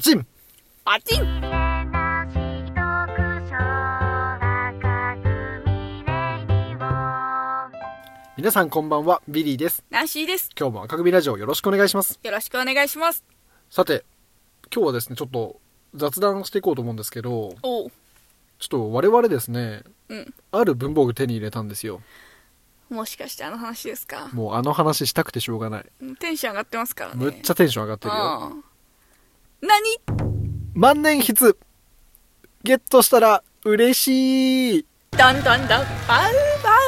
チンパチン皆さんこんばんは、ビリーです。ナンシーです。今日も赤組ラジオよろしくお願いします。よろしくお願いします。さて、今日はですね、ちょっと雑談していこうと思うんですけど、おう。ちょっと我々ですね、うん。ある文房具手に入れたんですよ。もしかしてあの話ですか。もうあの話したくてしょうがない。テンション上がってますからね。むっちゃテンション上がってるよ。うん何万年筆ゲットしたら嬉しいだんだんだん。バウバウ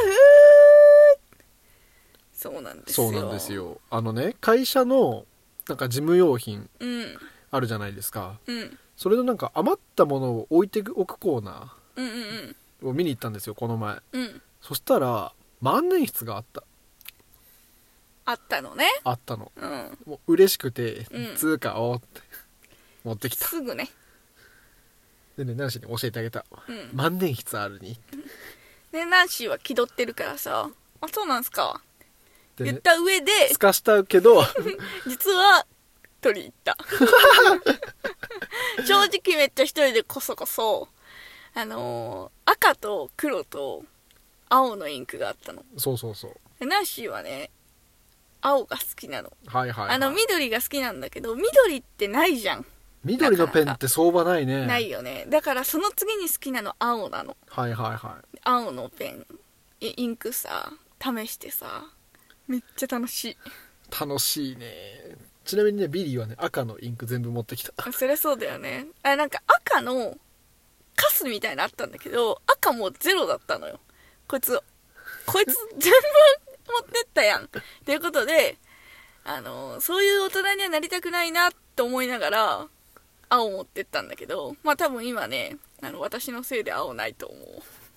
そうなんですそよ。うなんです。よ。あのね、会社のなんか事務用品うん。あるじゃないですか。うん。それのなんか余ったものを置いておくコーナうんうんうん。ーを見に行ったんですよ、この前。うん。そしたら、万年筆があった。あったのね。あったの。うん。もう嬉しくてう、ん通貨をって持ってきた。すぐね。でね、ナンシーに教えてあげた。うん。万年筆あるに。ね、ナンシーは気取ってるからさ。あ、そうなんすか。で言っね、た上で、すかしたけど、 実は取りに行った正直めっちゃ一人でこそこそあのー赤と黒と青のインクがあったのそうそうそう。ナンシーはね青が好きなの、はいはい、はい。あの緑が好きなんだけど緑ってないじゃん、緑のペンって相場ないね。ないよねだからその次に好きなの青なのはいはいは青のペンイインクさ試してさめっちゃ楽しいい。楽しいね。ちなみにね、ビリーはね、赤のインク全部持ってきた。あそりゃそうだよねあなんか赤のカスみたいなのあったんだけど赤もうゼロだったのよこいつこいつ全部持ってったやんということであのそういう大人にはなりたくないなと思いながら青持ってったんだけどまあ多分今ねあの私のせいで青ないと思う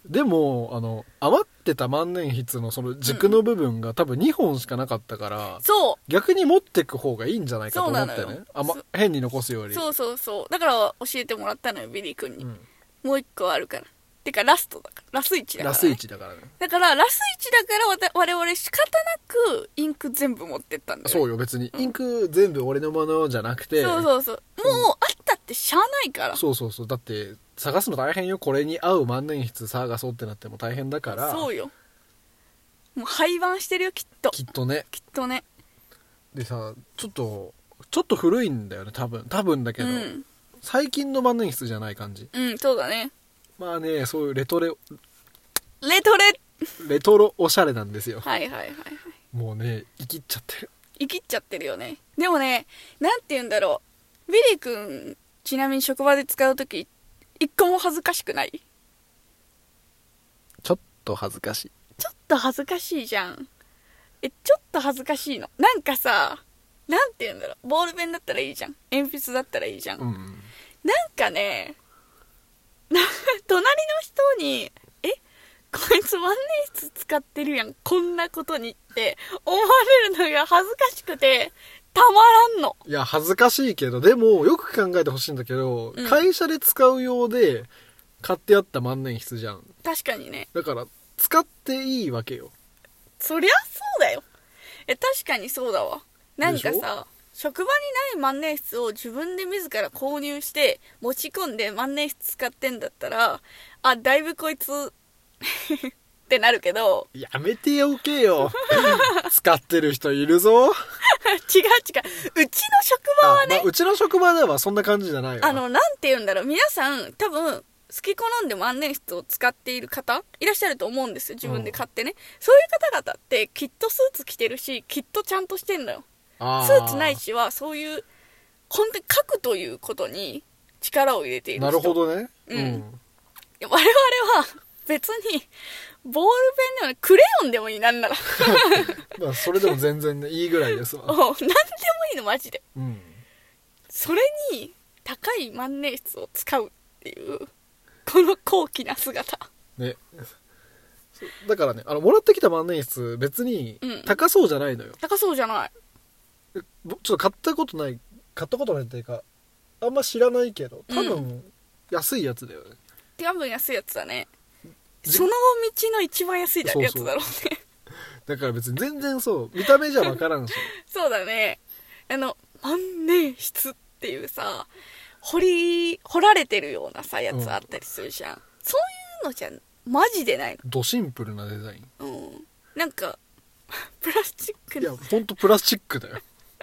でも、あの、余ってた万年筆のその軸の部分が多分2本しかなかったから、そ逆に持ってく方がいいんじゃないかと思っそてうなのねよ。あまそ、変に残すようり。そうそうそうだから教えてもらったのよビリー君に、うんもう一個あるからてかラストだからラス1だから、ね、ラスイチだからね。だから、ラス1だからわた我々仕方なくインク全部持ってったんだよ。そうよ、別に。インク全部俺のものじゃなくて。そうそうそう。もうあったってしゃあないから。そうそうそうだって、探すの大変よ。これに合う万年筆探そうってなっても大変だから。そうよ。もう廃盤してるよ、きっと。ききっとね。っとね。でさ、ちょっと、ちょっと古いんだよね、多分。多分だけうど。ん。最近の万年筆じゃない感じうん、そうだね。まあねそういうレトレレトレレトロおしゃれなんですよはいはいはいはい。もうね生きっちゃってる生きっちゃってるよね。でもね、なんて言うんだろう。ビリー君、ちなみに職場で使うとき、一個も恥ずかしくないちょっと恥ずかしいちょっと恥ずかしいじゃん。え、ちょっと恥ずかしいの。なんかさ、なんて言うんだろう。ボールペンだったらいいじゃん。鉛筆だったらいいじゃん。うなんんかね、な隣の人に、え、こいつ万年筆使ってるやん。こんなことにって思われるのが恥ずかしくて、たまらんの。いや恥ずかしいけどでもよく考えてほしいんだけど、うん会社で使う用で買ってあった万年筆じゃん確かにね。だから使っていいわけよそりゃそうだよえ確かにそうだわなんかでしさ職場にない万年筆を自分で自ら購入して持ち込んで万年筆使ってんだったらあだいぶこいつってなるけど やめておけよ使ってる人いるぞ違う違ううちの職場はあまねあうちの職場ではそんな感じじゃないよあのなんて言うんだろう皆さん多分好き好んで万年筆を使っている方いらっしゃると思うんですよ自分で買ってね、そういう方々ってきっとスーツ着てるしきっとちゃんとしてんのよあスーツないしはそういう本当に書くということに力を入れている人なるほどねうん我々は別にボールペンでもないクレヨンでもいいなんならまあそれでも全然ねいいぐらいですわ 何でもいいのマジでうんそれに高い万年筆を使うっていうこの高貴な姿ねそうだからねあのもらってきた万年筆別にうん高そうじゃないのよ、高そうじゃないえぼちょっと買ったことない買ったことないっていうかあんま知らないけど多う分安いやつだよね、多分安いやつだねじその道の一番安いだそうやそつうだろうねだから別に全然そう見た目 じゃわからんしそうだねあの万年筆っていうさ掘り掘られてるようなさやつあったりするじゃん、そういうのじゃマジでないドシンプルなデザイン のうんなんか プラスチックいやのほんとプラスチックだよ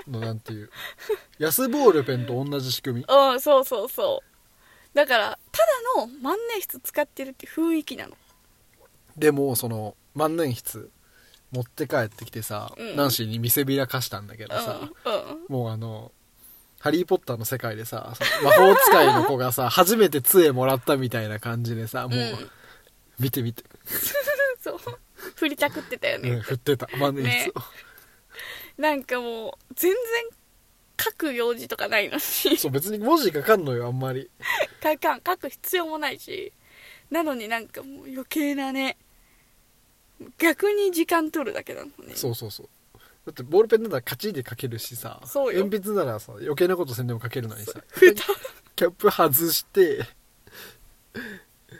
のなんていう安ボールペンと同じ仕組みうんそうそうそうだからただの万年筆使ってるって雰囲気なのでもその万年筆持って帰ってきてさ、うんナンシーに見せびらかしたんだけどさ、うんうんもうあの、ハリー・ポッターの世界でさ、その魔法使いの子がさ、初めて杖もらったみたいな感じでさ、もう、うん見て見て、 そう振りたくってた よね、うん振ってた、万年筆ねなんかもう全然書く用事とかないのにを。そう、別に文字かかんのよ、あんまり。書かん書く必要もないしなのになんかもう余計なね逆に時間取るだけなのねそうそうそう。だってボールペンならカチッで書けるしさ、そうよ鉛筆ならさ、余計なことせんでも書けるのにさ、蓋キャップ外して、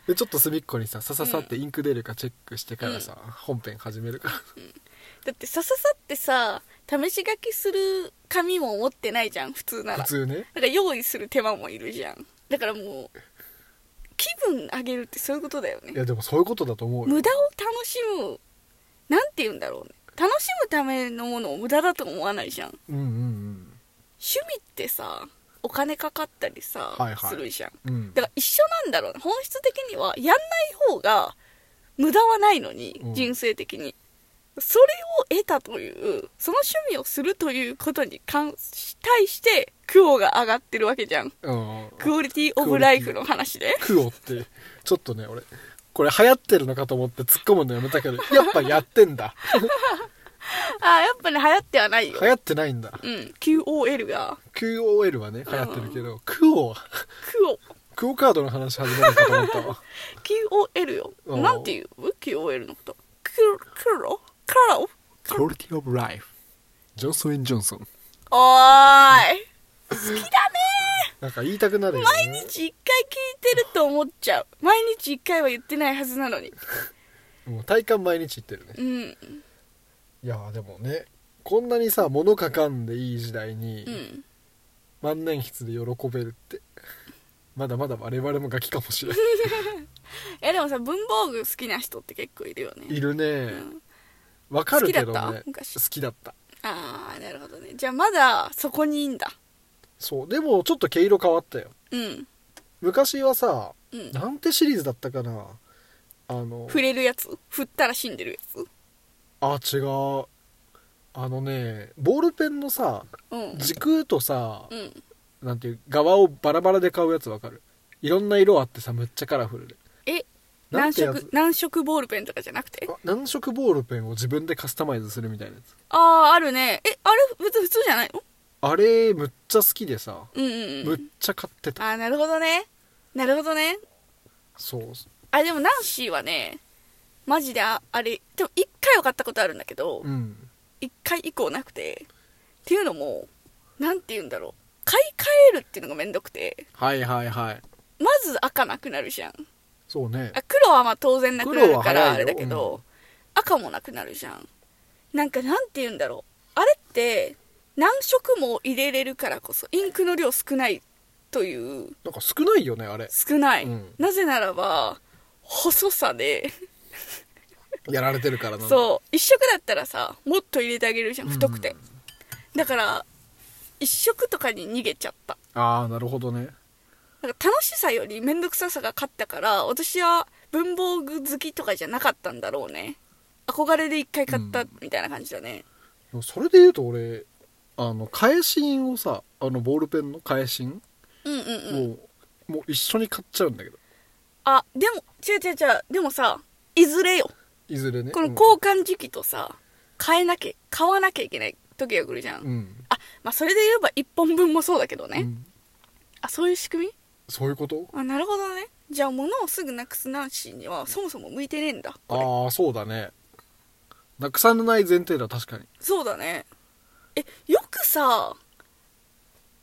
でちょっと隅っこにささささってインク出るかチェックしてからさ、本編始めるからだってさささってさ試し書きする紙も持ってないじゃん普通なら普通ねだから用意する手間もいるじゃんだからもう気分上げるってそういうことだよねいやでもそういうことだと思うよ無駄を楽しむなんて言うんだろうね楽しむためのものを無駄だと思わないじゃんうんうん趣味ってさお金かかったりさ、はいはいするじゃんうんうんだから一緒なんだろうね本質的にはやんない方が無駄はないのに、うん人生的にそれを得たというその趣味をするということに関し対してクオが上がってるわけじゃんうんクオリティオブライフの話 でクオってちょっとね俺これ流行ってるのかと思って突っ込むのやめたけどやっぱやってんだああやっぱね流行ってはないよ流行ってないんだうん QOL が QOL はね流行ってるけど、クオは クオクオカードの話始まるのかと思ったわ QOL ようんなんていう QOL のことククロクロクオリティオブライフジョンソン・ジョンソンおー いなんか言いたくなるよ毎ね日一回聞いてると思っちゃう毎日一回は言ってないはずなのにもう体感毎日言ってるねうんいやーでもねこんなにさ物かかんでいい時代に、うん万年筆で喜べるってまだまだ我々もガキかもしれないえでもさ文房具好きな人って結構いるよね いるねんわかるけど好きだっねた昔好きだったああなるほどねじゃあまだそこにいいんだそうでもちょっと毛色変わったようん昔はさうんなんてシリーズだったかなあの触れるやつ振ったら死んでるやつあ違うあのねボールペンのさうん軸とさうんなんていう側をバラバラで買うやつわかるいろんな色あってさむっちゃカラフルでえなん何てやつ色何色ボールペンとかじゃなくてあ何色ボールペンを自分でカスタマイズするみたいなやつあああるねえあれ別に普通じゃないのあれむっちゃ好きでさうんうんうむっんちゃ買ってたああなるほどねなるほどねそうあでもナンシーはねマジでああれでも一回は買ったことあるんだけど、うん1回以降なくてっていうのもなんて言うんだろう買い替えるっていうのがめんどくてはいはいはいまず赤なくなるじゃんそうねあ黒はまあ当然なくなるか黒はらあ早いれよだけど、赤もなくなるじゃんなんかなんて言うんだろうあれって何色も入れれるからこそインクの量少ないというなんか少ないよねあれ少ない、うんなぜならば細さでやられてるからなそう一色だったらさもっと入れてあげるじゃんうん太くて、だから一色とかに逃げちゃったああなるほどねなんか楽しさより面倒くささが勝ったから私は文房具好きとかじゃなかったんだろうね憧れで一回買ったうんみたいな感じだね、でもそれで言うと俺あの返し印をさあのボールペンの返し印うん、うんを、うんもう一緒に買っちゃうんだけどあでも違う違う違うでもさいずれよいずれねこうのん交換時期とさ変えなきゃ買わなきゃいけない時が来るじゃん、うん、あまあそれで言えば1本分もそうだけどね、うんあそういう仕組みそういうことあなるほどねじゃあ物をすぐなくすナンシーにはそもそも向いてねえんだこれああそうだねなくさない前提だ確かにそうだねえよくさ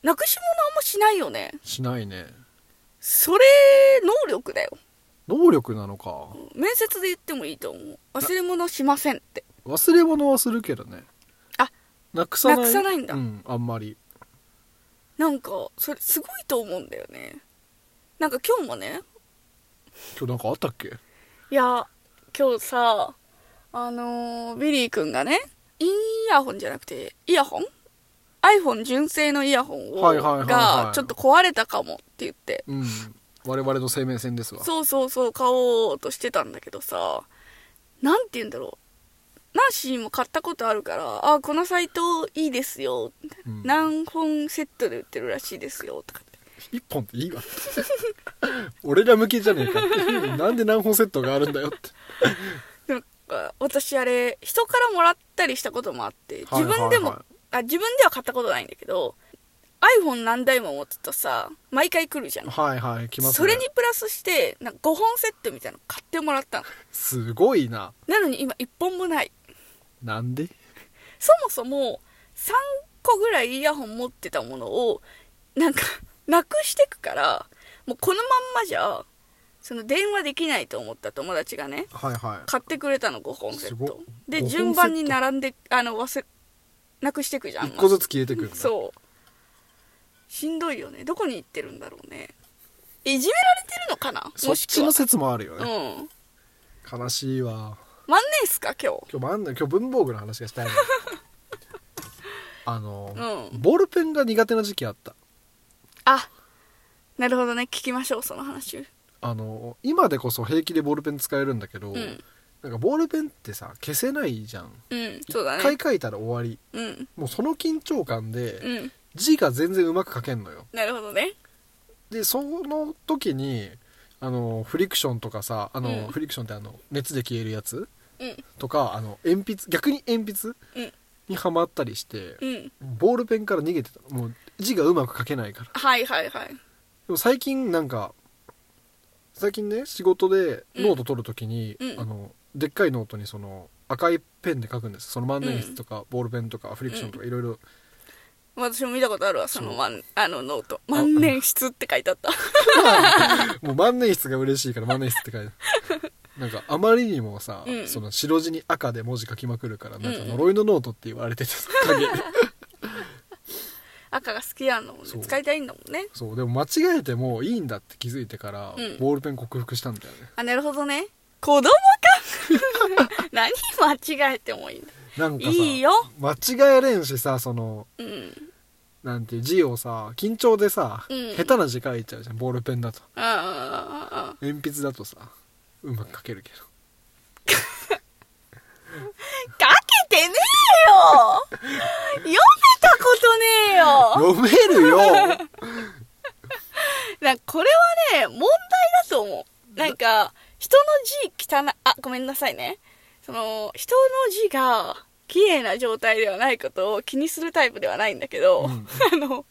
なくし物あんましないよねしないねそれ能力だよ能力なのか面接で言ってもいいと思う忘れ物しませんって忘れ物はするけどねあなくさないなくさないんだうん、あんまりなんかそれすごいと思うんだよねなんか今日もね今日なんかあったっけいや今日さあのービリーくんがねイヤホンじゃなくてイヤホン iPhone 純正のイヤホンを、はいはいはいはいがちょっと壊れたかもって言ってうん我々の生命線ですわそうそうそう買おうとしてたんだけどさなんて言うんだろうナンシーも買ったことあるから「あこのサイトいいですよ」うん何本セットで売ってるらしいですよ」とかって一本っていいわ 俺ら向けじゃねえかって なんで何本セットがあるんだよってなんか私あれ人からもらったりしたこともあってはいは自いはい分でも、あ自分では買ったことないんだけど iPhone 何台も持ってたさ毎回来るじゃん、はいはい来ます、ね、それにプラスしてなんか5本セットみたいなの買ってもらったのすごいななのに今1本もないなんでそもそも3個ぐらいイヤホン持ってたものをなんか なくしてくからもうこのまんまじゃその電話できないと思った友達がねはいは買ってくれたの5本セすッごっトで5本セット順番に並んであの忘れなくしてくじゃいん一個ずつ消えてくるんだそうしんどいよねどこに行ってるんだろうねいじめられてるのかなそもっしちくはの説もあるようね、ん悲しいわ万年っすか今日今日もあんの今日文房具の話が したいのあの、うんボールペンが苦手な時期あったあなるほどね聞きましょうその話あの今でこそ平気でボールペン使えるんだけど、うんなんかボールペンってさ消せないじゃんうんそうだ一ね回書いたら終わりうんもうその緊張感で、うん字が全然うまく書けんのよなるほどねでその時にあのフリクションとかさあの、うんフリクションってあの熱で消えるやつうんとかあの鉛筆逆に鉛筆うんにはまったりして、うんボールペンから逃げてたもう字がうまく書けないからはいはいはいでも最近なんか最近ね仕事でうんノート取る時に、うんあのでっかいノートにその赤いペンで書くんですその万年筆とかボールペンとかフリクションとかいろいろ私も見たことあるわそのそう万あのノート万年筆って書いてあった もう万年筆が嬉しいから万年筆って書いてなんかあまりにもさ、うんその白地に赤で文字書きまくるからなんかうん呪いのノートって言われてて影で 赤が好きやのもんねそう使いたいんだもんねそうでも間違えてもいいんだって気づいてから、うんボールペン克服したんだよねあなるほどね子供か 何間違えてもいいんだなんかさいいよ間違えれんしさそのうんなんていう字をさ緊張でさ、うん下手な字書いちゃうじゃんボールペンだとああ鉛筆だとさうまく書けるけどかけてねえよ 読めたことねえよ読める よなんかこれはね問題だと思うなんか人の字汚いあごめんなさいねその人の字が綺麗な状態ではないことを気にするタイプではないんだけど、うん あの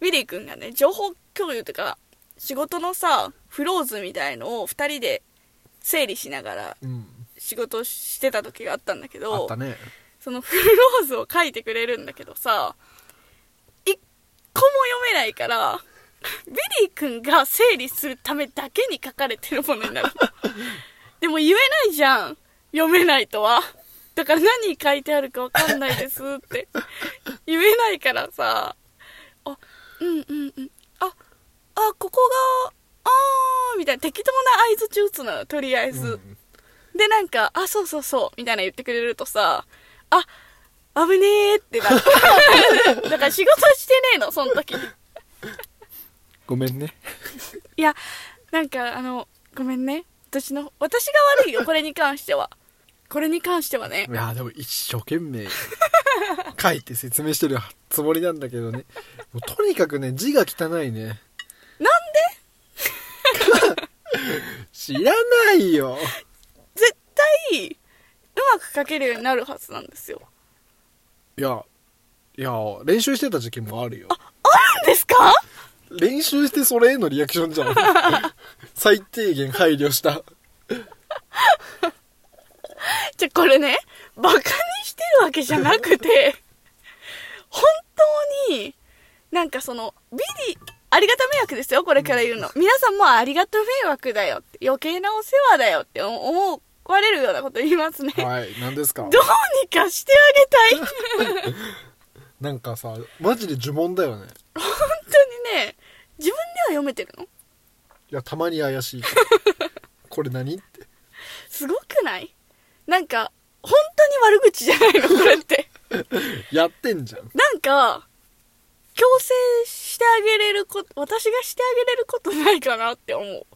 ウィリー君がね情報共有とか仕事のさフローズみたいのを2人で整理しながらうん仕事してた時があったんだけどあったねそのフルローズを書いてくれるんだけどさ、一個も読めないから、ビリー君が整理するためだけに書かれてるものに なる。でも言えないじゃん。読めないとは。だから何書いてあるかわかんないですって。言えないからさ、あ、うんうんうん。あ、あ、ここが、あー、みたいな適当な合図打つのよ、とりあえず。うんでなんか「あそうそうそう」みたいな言ってくれるとさ「あ危ねえ」ってなるだから仕事してねえのその時いごめんねやなんかあのごめんね私の私が悪いよこれに関してはこれに関してはねいやでも一生懸命 書いて説明してるつもりなんだけどねもうとにかくね字が汚いねなん 知らないよで絶対うまく書けるようになるはずなんですよいやいや練習してた時期もあるよなんですか練習してそれへのリアクション じゃん最低限配慮したじゃこれねバカにしてるわけじゃなくて本当になんかそのビリありがた迷惑ですよこれから言うの皆さんもありがた迷惑だよって余計なお世話だよって思われるようなこと言いますね、はい何ですかどうにかしてあげたいなんかさマジで呪文だよね本当にね自分では読めてるのいやたまに怪 しいからこれ何ってすごくないなんか本当に悪口じゃないのこれってやってんじゃんなんか強制してあげれること私がしてあげれることないかなって思う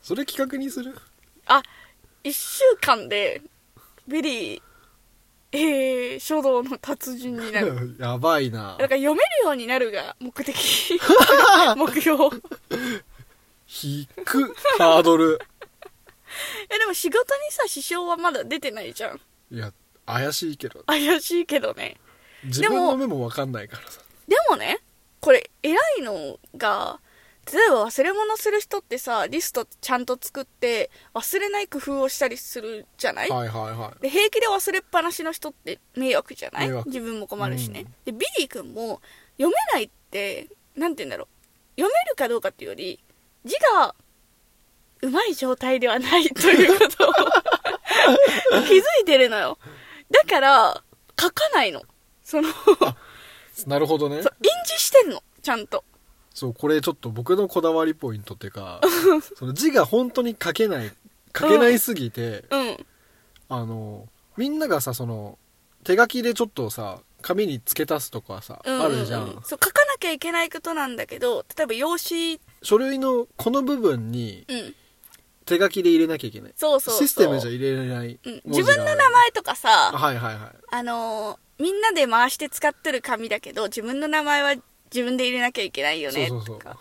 それ企画にするあ1週間でビリーえー、書道の達人になる やばいなだから読めるようになるが目的目標低くハードルえでも仕事にさ支障はまだ出てないじゃんいや怪しいけど怪しいけどね自分の目も分かんないからさでもねこれ偉いのが例えば忘れ物する人ってさリストちゃんと作って忘れない工夫をしたりするじゃない、はいはいはで平気で忘れっぱなしの人って迷惑じゃない迷惑自分も困るしね、でビリー君も読めないってなんて言うんだろう読めるかどうかっていうより字がうまい状態ではないということを 気づいてるのよだから書かないの そのそういなるほどね印字してんのちゃんとそうこれちょっと僕のこだわりポイントっていう かその字が本当に書けない書けないすぎて、うんあのみんながさその手書きでちょっとさ紙に付け足すとかさ、うんあるじゃうんんそう書かなきゃいけないことなんだけど例えば用紙書類のこの部分にうん手書きで入れなきゃいけないそうそうそうシステムじゃ入れられないうん、自文字が分の名ある前とかさあはいはいはいあのーみんなで回して使ってる紙だけど自分の名前は自分で入れなきゃいけないよねそうそうそうとか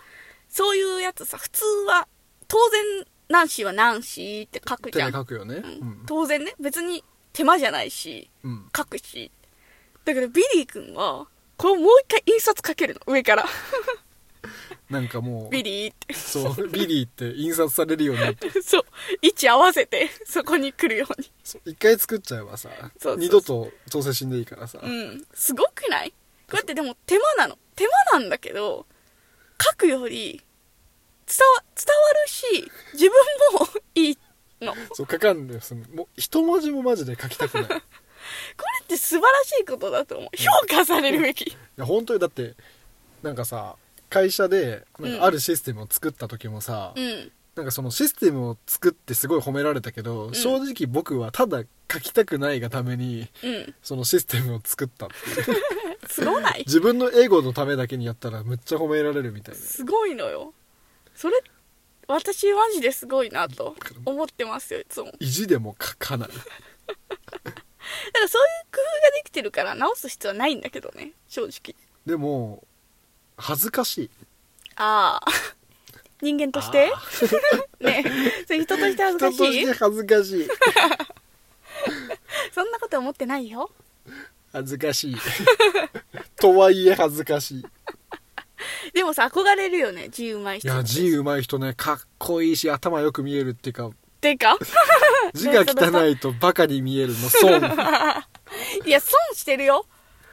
そういうやつさ普通は当然「ナンシー」は「ナンシー」って書く手じゃでん、書くよねううんん、当然ね別に手間じゃないしうん、書くしだけどビリー君はこれをもう一回印刷かけるの上からなんかもうビリーってそうビリーって印刷されるようになって そう位置合わせて そこに来るようにそう一回作っちゃえばさそうそう二度と調整しんでいいからさ、うんすごくないこうやってでも手間なの手間なんだけど書くより伝わ伝わるし自分もいいのこれそう書かんでそのもう一文字もマジで書きたくないいって素晴らしいことだと思う評価されるべきや本当にだってなんかさ会社でなんうんかあるシステムを作った時もさ、うんなんかそのシステムを作ってすごい褒められたけど、正直僕はただ書きたくないがためにうんそのシステムを作った っていうすごない自分のエゴのためだけにやったらむっちゃ褒められるみたいなすごいのよそれ私マジですごいなと思ってますよいつもだ意地でも書かないからそういう工夫ができてるから直す必要はないんだけどね正直でも恥ずかしいああ人間としてあねえそれ人として恥ず人とかししいて恥ずか しいそんなこと思ってないよ。恥ずかしいとはいえ恥ずかしいでもさ、憧れるよね、字うまいい 人。や字うまい人ねかっこいいし頭よく見えるっていうかてか、 字が汚いとバカに見えるの損いや、損してるよ。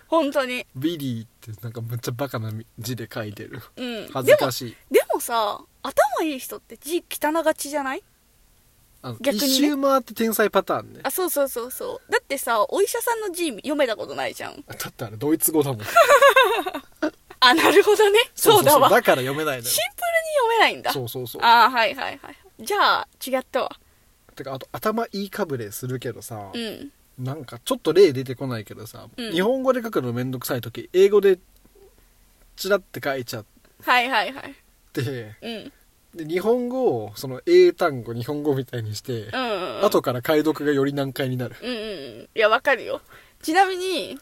本当に。ビリーってなんかむっちゃバカな字で書いてるうん。恥ずかしいでも、でもさ、頭いい人って字汚がちじゃないあの逆にね一周回って天才パターンねあ、そうそうそうそう。だってさ、お医者さんの字読めたことないじゃん。だってあれドイツ語だもんあ、なるほどね。 そうだわ。だから読め ないのよシンプルに読めないんだ。そうそうそうあーはいはいはい。じゃあ、違ったわ。てかあと頭いいかぶれするけどさ、うん。なんかちょっと例出てこないけどさ、うん日本語で書くのめんどくさい時英語でチラって書いちゃっはいはいはい。てうん。で日本語をその英単語日本語みたいにして、うんうんうん。後から解読がより難解になるうんうんうんいやわかるよちなみに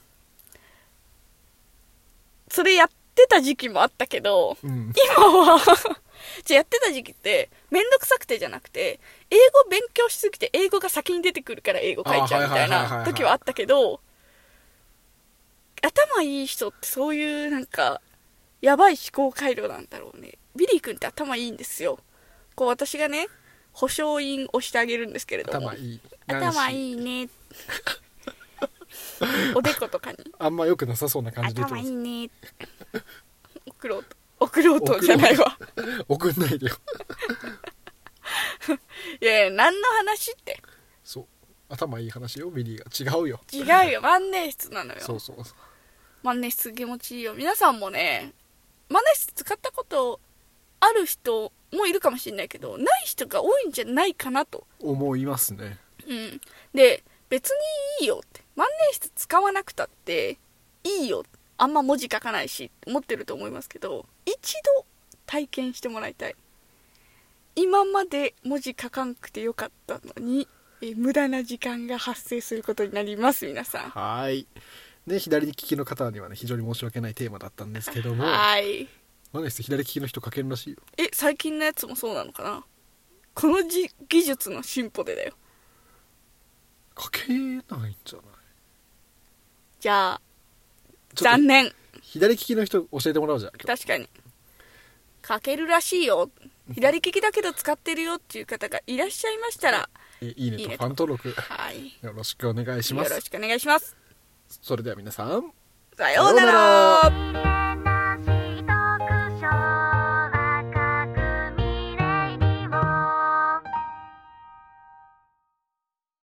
それやってた時期もあったけどうん今はじゃあやってた時期ってめんどくさくてじゃなくて英語勉強しすぎて英語が先に出てくるから英語書いちゃうあみたいはいはいはいはいはない時はあったけど頭いい人ってそういうなんかやばい思考回路なんだろうねビリー君って頭いいんですよこう私がね保証員をしてあげるんですけれども頭いい頭いい いねおでことかにあんま良くなさそうな感じで言って頭まいすいね送ろうと送ろうとじゃないわ送んないでよいやいや何の話ってそう頭いい話よビリーが違うよ 違うよ万年筆なのよそうそうそう万年筆気持ちいいよ皆さんもねマナ室使ったことある人もいるかもしれないけどない人が多いんじゃないかなと思いますねうん、で別にいいよって万年筆使わなくたっていいよあんま文字書かないし持ってると思いますけど一度体験してもらいたい今まで文字書かなくてよかったのにえ無駄な時間が発生することになります皆さんはいね左利きの方にはね非常に申し訳ないテーマだったんですけどもはいマネス左利きの人書けるらしいよえ最近のやつもそうなのかなこのじ技術の進歩でだよ書けないんじゃないじゃあちょっと残念左利きの人教えてもらおうじゃん今日確かに書けるらしいよ左利きだけど使ってるよっていう方がいらっしゃいましたらえいいねいいとフねァン登録はいよろしくお願いしよまろすしくお願いしますそれでは皆さんさようなさようなら